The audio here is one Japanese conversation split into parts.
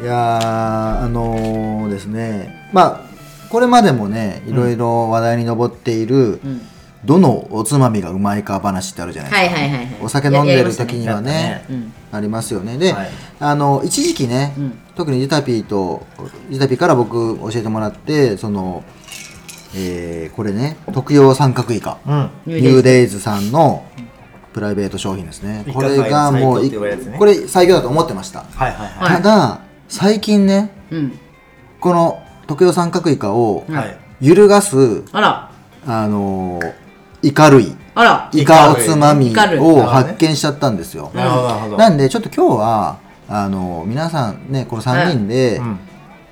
いやーあのーですねまあこれまでもねいろいろ話題に上っている、うんどのおつまみがうまいか話ってあるじゃないですか、はいはいはいはいお酒飲んでる時にはねややりましたねうんありますよねで、はいあの一時期ね、うん特にジタピーとジタピーから僕教えてもらってその、えーこれね特用三角イカ、うんニニュューーデイズさんのプライベート商品ですねイカこれがもう界の最強って言われるやつねこれ最強だと思ってました、はいはいははいただ最近ねうんこの特用三角イカをいはい揺るがすあらあのーイカ類あらイカおつまみイカ類を発見しちゃったんですよ、なるほどなるほどなんでちょっと今日はあの皆さんねこの3人で、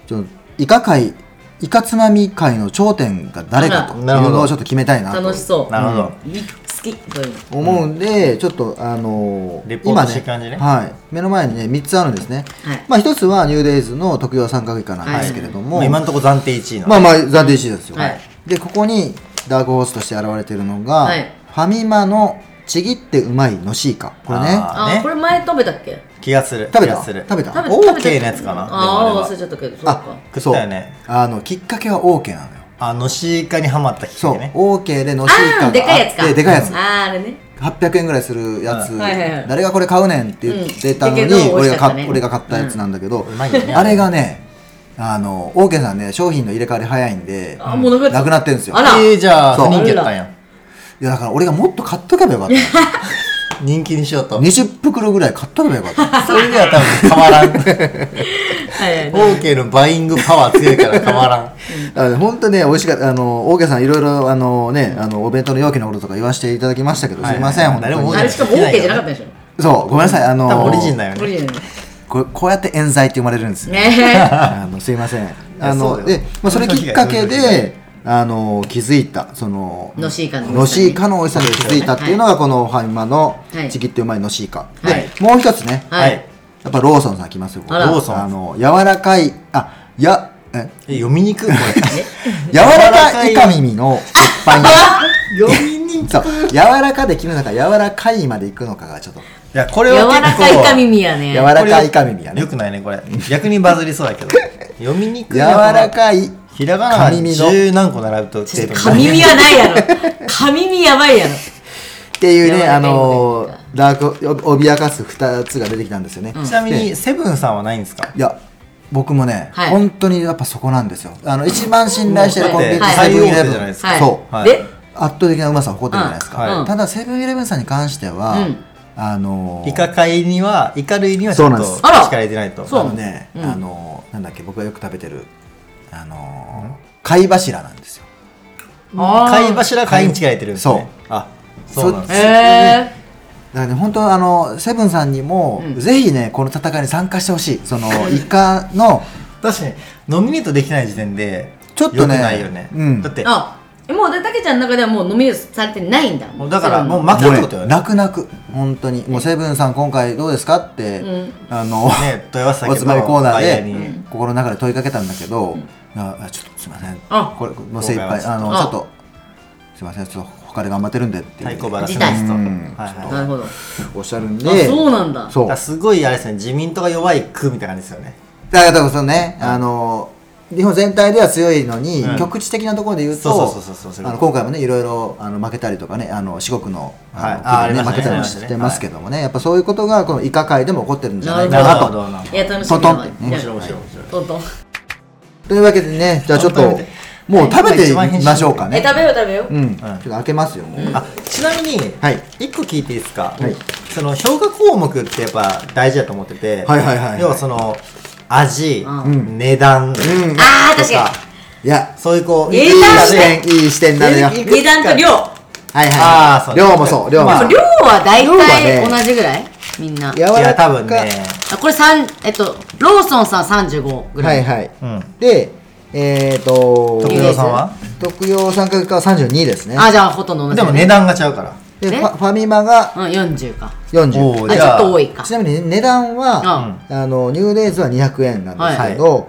ちょっとイカ界イカつまみ界の頂点が誰かというなるほのをどちょっと決めたいなと楽しそうなるほどい好きそういうの思うんで、ちょっとあのレポートしていく感じね今はい、目の前にね3つあるんですね、はいまあ1つはニューデイズの特用三角イカなんですけれども、もう今のところ暫定1位なのまあまあ暫定1位ですよ、はいでここにダークホースとして現れてるのが、はいファミマのちぎってうまいのしイカこれねああねこれ前食べたっけ気がする食べ気たがする食べた食べオーケー食べたのやつかなであもあれあは忘れちゃったけどそうあか食ったよねそうあのきっかけは OK なのよあのシーカにハマったきっそかうけね OK でのしイカがあああっでかいやつかてでかいやつあーあれね800円ぐらいするやつ、うんはいはいはい誰がこれ買うねんって言ってたのに、うんだけど美味俺しがかった買ね俺が買ったやつなんだけど、うんうまいよねあれがねあのオーケーさんね商品の入れ替わり早いんであもうなくなっちゃっなたくなってるんですよあらえーじゃあそう人気やったんやいやだから俺がもっと買っとけばよかった人気にしよう と20袋ぐらい買っとけばよかったそれでは多分変わらんはい はいオーケーのバイングパワー強いから変わらんあの本当ね、美味しかった、あの、大家さん、いろいろ、あのね、あの、お弁当の容器のこととか言わせていただきましたけど、はいすいません、本誰も当思あいれに。しかも OK じゃなかったでしょそう、ごめんなさい、あの 多分オリジンだよ無ね理だこれこうやって冤罪って生まれるんですよ。ね あのすいません。あそうの、だよで、まあ、それきっかけそういう時で、あの、気づいた、その、のしイカの美味しさねのしイカの美味しさに気づいたっていうのが、このファミマのはいちぎってうまいのしイカ。はでい、もう一つね、ははいいやっぱローソンさん来ますよ、ここあらローソンあの、柔らかい、あ、や、え、え読みにくいこれ柔らかいイカ耳の鉄板焼き。 読みにくいそう柔らかで決めるのか柔らかいまでいくのかがちょっといやこれ柔はら結構かいイカ耳や柔ねらかい神みやねよくないねこれ逆にバズりそうだけど読みにくい柔なこのらかいひらがなが神みの十何個並ぶとちょっと神耳はないやろ神耳やばいやろっていう柔らねかいあのーダークを脅かす2つが出てきたんですよね、ちなみにセブンさんはないんですかいや僕もね、はい本当にやっぱそこなんですよあの一番信頼してるコンビニってはいセブンイレブ最大手じゃないンですそかう、ははいいで圧倒的なうまさを誇ってるじゃないですか、うんはいただセブンイレブンさんに関しては、うんあのーイカ界にはイカ類にはちょっとそうなんですあら力入れてないとそうあのね、うんあのーなんだっけ僕がよく食べてるあのー貝柱なんですよあー貝柱貝に力入れてるんですねあそうなんですそねへだからね、本当あのセブンさんにも、うんぜひねこの戦いに参加してほしいそのイカの確かにノミネートできない時点でちょっとね良くないよねうんだってあもうでたけちゃんの中ではもうノミネートされてないんだもうだからもうう負けたってことよね泣く泣く本当にもうセブンさん今回どうですかって、んあの、ね問い合わせたけおどつまみコーナー外野で、に心の中で問いかけたんだけど、ああちょっとすいませんあこれもう精一今杯回はあのあちょっとすいませんちょっと他で頑張ってるんでってい太う鼓腹しますとうはいんはいなるほどあおっしゃるんでそうなんだそうだからすごいあれですね自民党が弱い区みたいな感じですよねだからだからそのね、あの日本全体では強いのに、うん局地的なところで言うそうとそうそうそうそうあの今回もねいろいろあの負けたりとかねあの四国のはいあのあー国ありまね負けしたねたりもしてますけどもね、やっぱそういうことがこのイカ界でも起こってるんじゃないなかなるほと。なるほいや楽しトみントだンわっていねや面白い面白い面白いトントンというわけでねじゃあちょっちょっとと待ってもう食べてみましょうかえね。食べよう食べよううん、ちょっと開けますよもう。あちなみに、はい1個聞いていいですか、はいその評価項目ってやっぱ大事だと思ってて、はいはいはいはい要はその味、うん値段、んあーと確かかいやそういうこう値いい段視点いい視点なのよ。はいいに値段と量はいあーはそい。う量もそう量もまそあう。量は大量は体ね同じぐらいみんな柔いやらか多分ねあこれ三えっとローソンさん35ぐらはいいはい。うんで、えっ、ー、と徳用田さんは特用三角化は32ですねあじゃあほとんど同じでだもね値段が違うからでフねァファミマがうん40かお40ーあじちょゃっあと多いかちなみに値段は、あのニューデイズは200円なんですけど、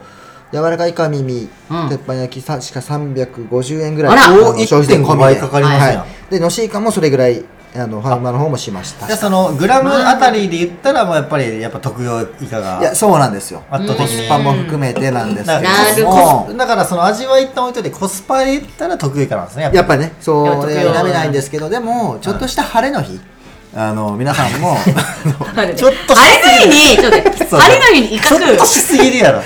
柔らかいイカ耳、うん鉄板焼きさしか350円ぐらあいらあのおー消費税込み1.5で倍かかりますやんはいでのしいかもそれぐらいあのファーマーの方もしましたじゃあそのグラムあたりで言ったらもうやっぱりやっぱ特用イカがいやそうなんですよ圧倒的コスパも含めてなんですだからなけるどほもだからその味は一旦置いといてコスパで言ったら特用イカなんですねやっぱやっぱねそういや否めないんですけどでもちょっとした晴れの日あの皆さん もあれちょっと晴れの日に、ちょっと待ってそう晴れの日に威ちょ嚇。っとしすぎるやろ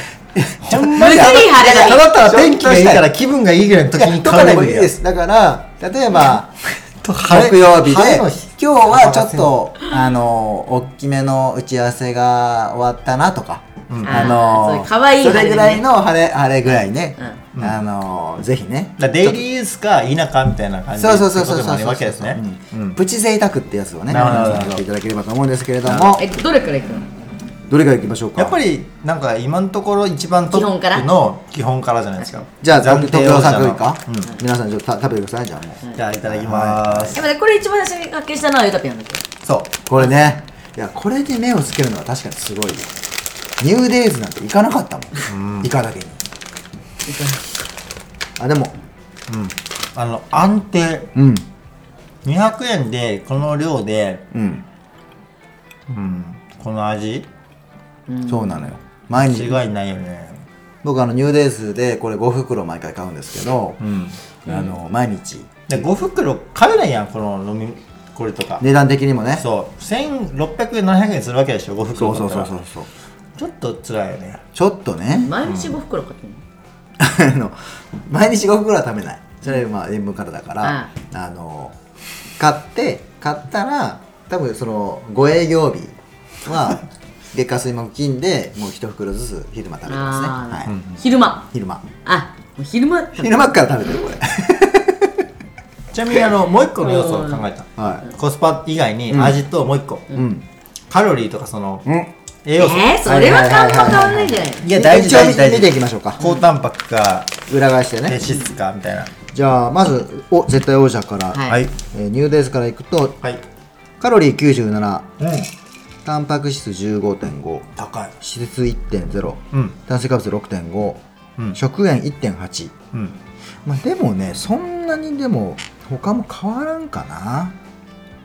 ほんま無理に晴れたの日。だただ天気がいいから気分がいいぐらいの時にと買かうでのもがいいいいでやすだから例えば晴れ木曜日で晴れの今日日はちょっとあの大きめの打ち合わせが終わったなとか、ああーそういのう可愛いそ晴れれねぐらいの晴れ晴れぐらいね、うんあのぜひねだからデイリーユースか否かみたいな感じそうそうそうそうってことでもそうあるわけですねううんんプチ贅沢ってやつをねなるほどなるほど皆さんやっていただければと思うんですけれどなるもえ、どれくらい行くのどれからいきましょうかやっぱりなんか今のところ一番ト基本からップの基本からじゃないですかじゃあ暫特定特上王者の作品か、うん皆さんちょっとた食べてくださいじゃあもうじゃあいただきますやっぱね、これ一番最初に発見したのはユタピアンだっけそうこれねいやこれで目をつけるのは確かにすごいよニューデイズなんて行かなかったもん、イカだけにあでもあの安定うん200円でこの量で、うん、うん、この味そうなのよ毎日違いないよね僕あのニューデイズでこれ5袋毎回買うんですけどう、んあの毎日で5袋買えないやんこの飲みこれとか値段的にもねそう1600円700円するわけでしょ5そ袋うそうだったそらうそうそうちょっと辛いよねちょっとね毎日5袋買ってんのあの毎日5袋は食べないそれはまあ塩分からだから、あの買って買ったら多分そのご営業日 は月火水木金でもう一袋ずつ昼間食べてますね、あはいー昼間。昼間あ、もう昼間だったの昼間から食べてるこれちなみにあのもう一個の要素を考えたはコスパ以外に味ともう一個、いうんカロリーとかそのうん栄え養素、ー、それはあんま変わんないんじゃないいや大事一応大事大事見ていきましょうか高タンパクか裏返して低ね脂質かみたいなじゃあまずお絶対王者から、はいえーニューデイズからいくとはいカロリー97うんタンパク質15.5高い脂質1.0うん炭水化物6.5、うん食塩1.8、うんまあ、でもねそんなにでも他も変わらんかな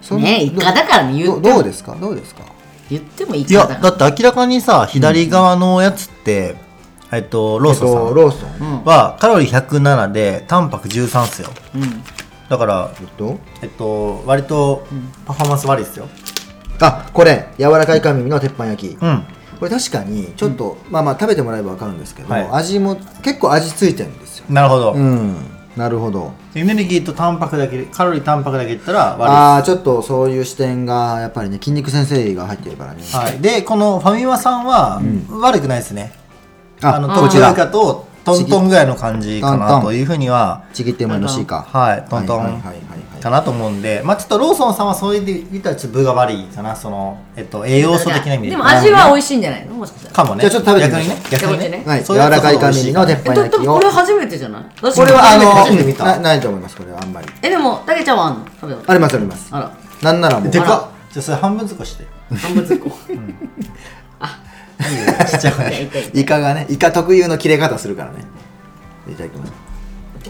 そんねえイカだからね言どってもどうですかどうですか言ってもいいいかやらだかだら。って明らかにさ左側のやつって、えっとローソンえっとさローソン、んはカロリー107でタンパク13っすようん。だからえっとえっと割とパフォーマンス悪いっすよあこれ柔らかい髪の鉄板焼き、うん、これ確かにちょっと、まあまあ食べてもらえば分かるんですけど、はい味も結構味ついてるんですよなるほど、うんなるほどエネルギーとタンパクだけカロリータンパクだけ言ったら悪ああーちょっとそういう視点がやっぱりね筋肉先生が入ってるからねい、はい、でこのファミマさんは悪くないですね、あのこ特ち徴以ら下とトントンぐらいの感じかトンなトンというふうにはちぎってもらえるの C かはいトントンはいはいはいはいかなと思うんで、まあ、ちょっとローソンさんはそういう意味で言ったらちょっと分が悪いかなその、えっと、栄養素的な意味ででも味は美味しいんじゃないのもしかしたら。かもねじゃあちょっと食べてみま逆しにょうね逆にね逆にねはい、柔そういうやつらかい美味し紙の鉄板え、焼ときとをこれ初めてじゃない私これはあの初めて初めて見たなないと思いますこれはあんまりえ、でも、たけちゃんはあんの食べたことありますありますあら、なんならもうであらかっじゃあそれ半分ずつこして半分ずこ。ちっちゃく痛いね痛いイカがねイカ特有の切れ方するからねいただきます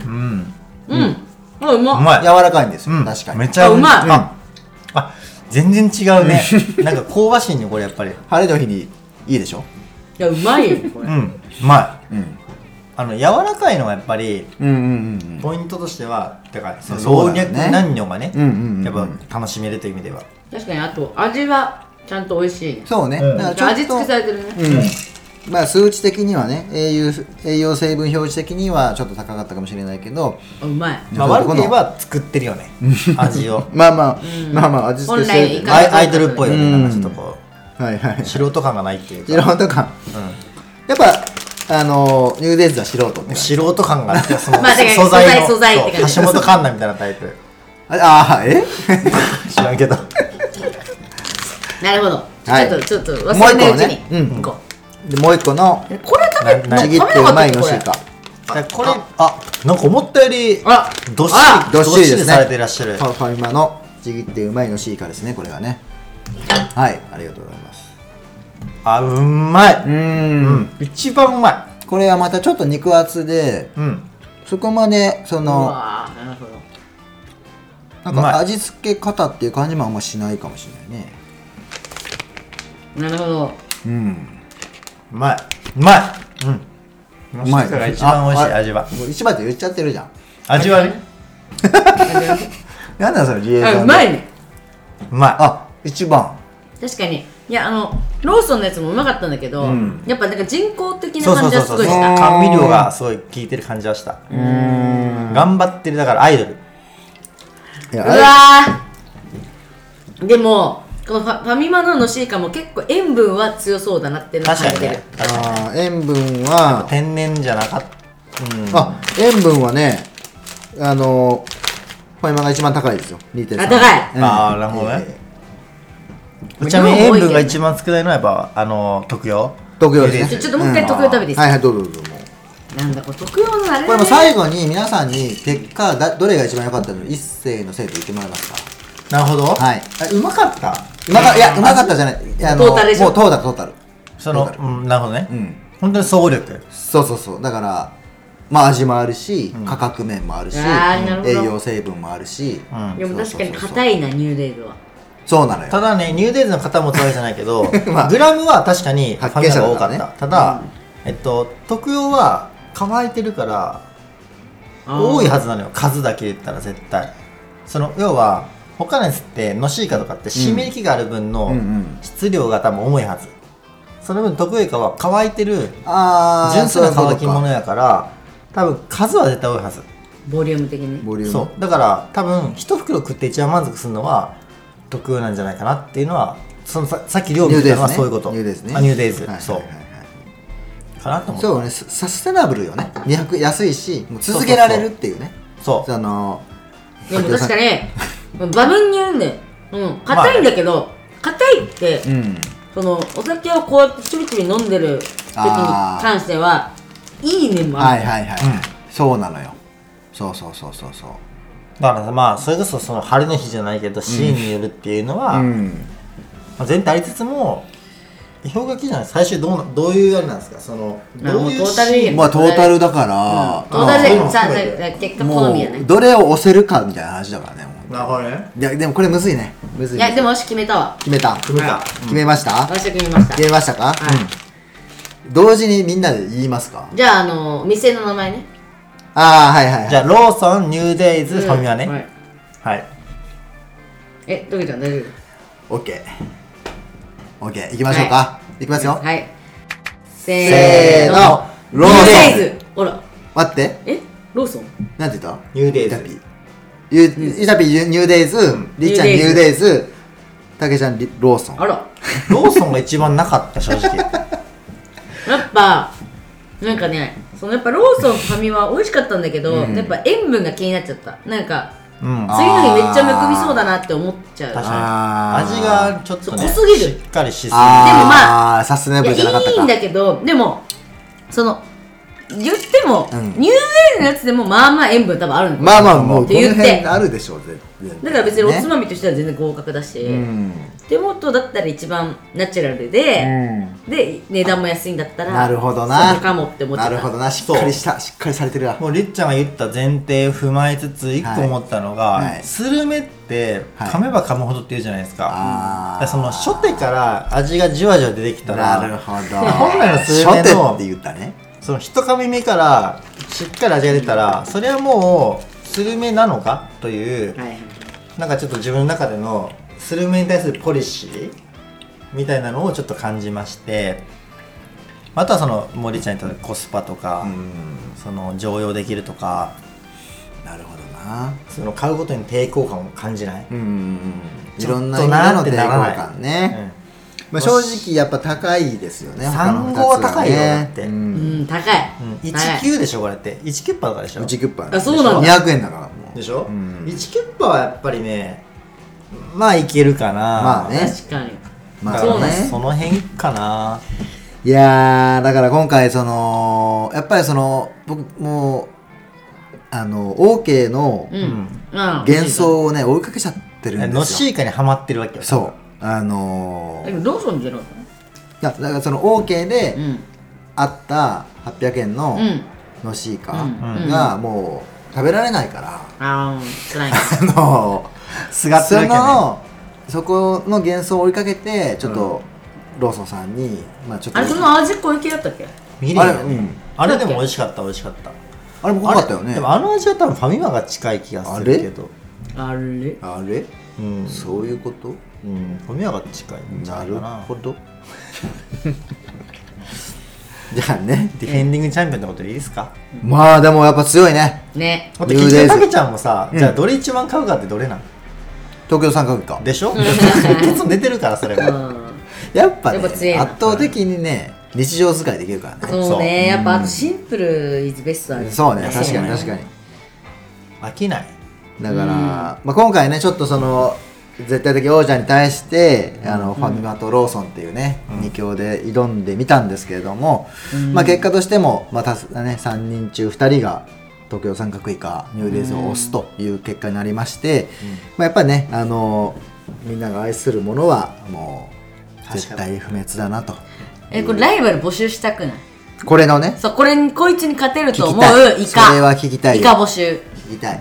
うんうん。もうううまっ。まい柔らかいんですよ、うん確かめにちゃあうまいああ全然違 うねなんか香ばしいねこれやっぱり晴れの日にいいでしょいや、うまいよ、これう。んうまい、んあの柔らかいのはやっぱりうんうんポイントとしてはだからそのそ老うだよ若ね男女がねうんうんうんやっぱ楽しめるという意味では確かに、あと、味はちゃんと美味しいね。そうね、うんだから味ちょ付っとけされてるね。うんまあ数値的にはね栄養栄養成分表示的にはちょっと高かったかもしれないけどあうまい。まそあ、う悪く言えば作ってる よね味をまあまあ、まあまあ味付けしてるけど本来イカねアイアイドルっぽいよね、うんなんかちょっとこはいはうい素人感がないっていうか、素人感やっぱあのニューデイズは素人ってうん、感じ素人感があってそのまあだから素材の素材素材って感じそう橋本環奈みたいなタイプああえ知らんけどなるほど。はいちょっと、ちょっと、忘れないうちに。もう一個ねうん行こでもう一個のう。これ食べ、なちぎってうまいのしかこれあなんか思ったよりあどっしありどっしりですねされていらっしゃるファファミマのちぎってうまいのしいかですねこれがねはいありがとうございますあうんまい、んうん、一番うまこれはまたちょっと肉厚でいうんそこまでそうのわーなるほど。なんうまいか味付け方っていう感じもあんましないかもしれないねなるほどうんうまいうまいうんうまいそれが一番美味しいああ味はもう一番って言っちゃってるじゃん味はねなんだよそれリエーションであうまいねうまいあ一番確かにいやあのローソンのやつもうまかったんだけど、んやっぱなんか人工的なそうそ感うじはそうすそごういしうたん甘味料がすごい効いてる感じはした頑張ってるだからアイドルいうやあれわーでもこのファファミマののしいかも結構塩分は強そうだなっていうのを確感かじにてるねあー塩分は天然じゃなかったあ塩分はねあのポエマが一番高いですよ2.3あ高いあーなるほどねええちなみに塩分が一番少ないのはやっぱあの特用特用ですちねょちょっともう一回特用食べていいですかはいはいどうぞどうぞもうなんだこれ特用のあれこだれねも最後に皆さんに結果だどれが一番良かったの一世のせいと言ってもらいますかなるほどはいえうまかったうまかいやうまかったじゃないいやあのトータルでしょもうトータルトータルそのトータルうんなるほどねうん本当に総力そうそうそうだからまあ味もあるし、価格面もあるし、あーなるほど栄養成分もあるし、んでそうそも確かにうそうそう硬いなニューデイズはそうなのよただねニューデイズの方もそうじゃないけど まあグラムは確かにファ発見ミマ者がだ多かからっねたただえっと特用は乾いてるからあー多いはずなのよ数だけ言ったら絶対その要は他のやつってのしいかとかって湿り気がある分うんうのん質量が多分重いはずその分特有かは乾いてるああ純粋な乾き物ややから多分数は絶対多いはずボリューム的にボリュームそうだから多分一袋食って一番満足するのは特有なんじゃないかなっていうのはそのささっき料理ニュ言ーっデイズねたのはそういうことニューデイズねあニューデイズ、はいはいはいはいそうかなと思うそうねササステナブルよね200安いしもう続けられるっていうねそうあのでも確かにバブンニューデイうん硬いんだけど硬いってうんそのお酒をこうやってちびちび飲んでる時に関してはいい面もあはいるはいはい、うんそうなのよそうそうそうそうそうだからまあそれこそその晴れの日じゃないけどシーンによるっていうのは、うんまあ、全体ありつつも氷河期じゃない最終どうなどういうあれなんですかそのまあどういもううトータルいいシーンまあトータルだから、トータルであーさそうなんださ結果好もみやねうどれを押せるかみたいな話だからねもうなるほどねいやでもこれむずいねむずいいねやでも私決めたわ決めた組めた、決めました、私は決めました決めましたか、はいうん同時にみんなで言いますかじゃああの店の名前ねああはいはいはいじゃあローソンニューデイズファミマね、はいはいえどけちゃん大丈 OKOK 行きましょうか、行きますよ、夫はいせーのロローーソンソンデイズほら待ってえローソンなんて言ったニューデイイズタピーゆイタピーニューデイズりっちゃんニニュューーデデイズたけちゃんリローソンあらローソンが一番なかった正直やっぱなんかねそのやっぱローソンとファミは美味しかったんだけど、やっぱ塩分が気になっちゃったなんかう次んの日めっちゃむくみそうだなって思っちゃう確でもあーかに味がちょっとねそう濃すぎるしっかりしすぎるでもまああサステナブルいじゃなかったやかいいんだけどでもその言っても、うんニューウェイのやつでもまあまあ塩分多分あるんだよまあまあもうってこ言のって辺あるでしょう全然だから別におつねまみとしては全然合格だし、うん手元だったら一番ナチュラルで、で値段も安いんだったらなるほどなそうかもって思っちゃなったるほどなしっかりしたしっかりされてるわもうりっちゃんが言った前提を踏まえつつ一個はい思ったのが、はいスルメってはい噛めば噛むほどって言うじゃないですか,、あーその初手から味がじわじわ出てきたらなるほど本来の数名初の手って言ったねその一噛み目からしっかり味が出たらそれはもうスルメなのかというはいはいなんかちょっと自分の中でのスルメに対するポリシーみたいなのをちょっと感じましてあとはその森ちゃんにとってコスパとか、うんその常用できるとかなるほどなその買うことに抵抗感を感じない、うんいちょろっとんなな意味でのって抵ならない抗感ね、まあ、正直やっぱ高いですよね産後他のは二つ高いよだってううんん高い、うん、高い19でしょこれって1キュッパとかでしょうちクッパあそうなんだ200円だからもうでしょ、うん1キュッパはやっぱりねまあいけるかなまあね確かにまだからあそうなんですねその辺かないやーだから今回そのやっぱりその僕もうあの OK のうん、うん幻想をね追いかけちゃってるんのでしすよいかにはまってるわけよそうあのでーいもローソンじゃなかっやだからその OK たでうんあった800円のうんのしいかうんうんがもう食べられないからあー辛いなあのすがってるわけねそのそこの幻想を追いかけてちょっと、ローソンさんにまあちょっとあれその味小池だったっけミリアあれムうんあれでも美味しかった美味しかったあれも濃かったよねでもあの味は多分ファミマが近い気がするけどあれあれうん、そういうことうん、ファミマが近いんじゃなないるかなほ どじゃあねエンディングチャンピオンってことでいいですかまあでもやっぱ強いねねあとニュー結デイズ局たけちゃんもさ、うんじゃあどれ一番買うかってどれなの東京三角かでしょ結論出てるからそれうがんやっぱねやっぱ強いな圧倒的にね日常使いできるからねそうねやっぱあとシンプルイズベストだそうね確かにそうね確かに飽きないだから、まあ、今回ねちょっとその絶対的王者に対して、あのファミマとローソンっていうね、二2強で挑んでみたんですけれども、まあ、結果としても、まあたすね、3人中2人が東京三角以下ニューデイズを押すという結果になりまして、まあ、やっぱりねあのみんなが愛するものはもう絶対不滅だなとえこれライバル募集したくないこれのねそうこれにこいつに勝てると聞思きうたいイそれはカ聞きたいイよカ募集聞きたい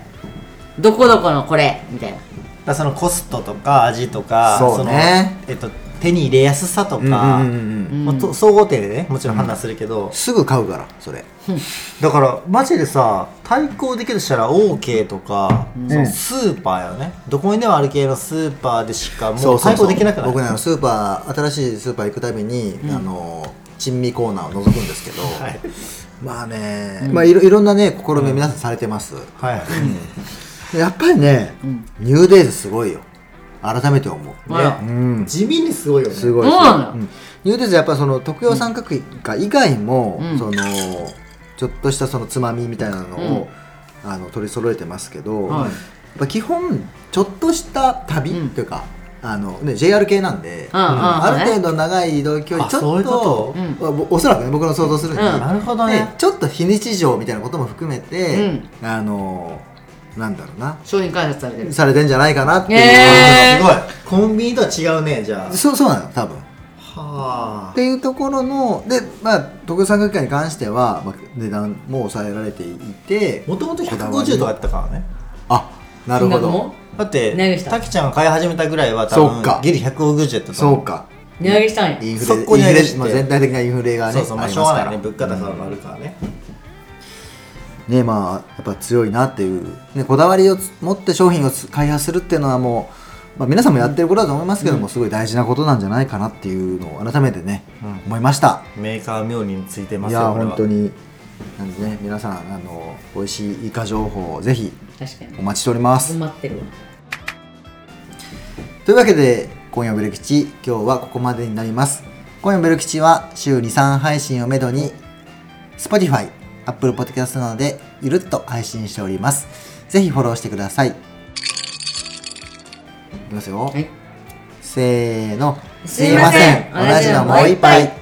どこどこのこれみたいなだからそのコストとか味とかそうねそのえっと、手に入れやすさとか、うんうんうんうんもうと総合点でねもちろん判断するけど、すぐ買うからそれだからマジでさ対抗できるとしたら OK とか、そのスーパーよねどこにでもある系のスーパーでしかもう対抗できなくなる僕ねあのスーパー新しいスーパー行くたびに、あの珍味コーナーを覗くんですけど、はいまあね、まあいろいろんなね試み皆さんされてます、はい、やっぱりね、ニューデイズすごいよ改めて思う、あらねうん地味にすごいよねすごいそうなのうんニューデイズやっぱその特養三角以下以外も、うんそのちょっとしたそのつまみみたいなのを、あの取り揃えてますけど、はいやっぱ基本ちょっとした旅うんというか、あのね、JR 系なんで、うんうんある程度長い移動距離あちょっそういうことおおそらくね僕の想像するに、うんなるほどねねちょっと非日常みたいなことも含めて、あのなんだろうな商品開発されてるされてんじゃないかなっていう、へえあすごいコンビニとは違うねじゃあそうそうなの多分。っはあていうところのでまあ特産学会に関しては、まあ、値段も抑えられていてもともと150とかやったからねあなるほ金額どもだって値上げしたたきちゃんが買い始めたぐらいは多そうか分ギリ150やったとそう思か値上げしたんやインフレそこにインフレ上げてまあ、全体的なインフレがねそうそうまありしょまうすかがならいね物価高があるからね、ねまあやっぱ強いなっていう、ね、こだわりをつ持って商品をつ開発するっていうのはもう、まあ、皆さんもやってることだと思いますけども、すごい大事なことなんじゃないかなっていうのを改めてね、思いましたメーカーは妙についてまいすよやこれは本当になんでね皆さんあの美味しいイカ情報をぜひ確かにお待ちしております、困ってるわというわけで今夜のベル吉今日はここまでになります今夜のベル吉は週23配信をめどに Spotify、Apple Podcast などでゆるっと配信しておりますぜひフォローしてくださいいきますよ、はいせーのすいません同じのもう一杯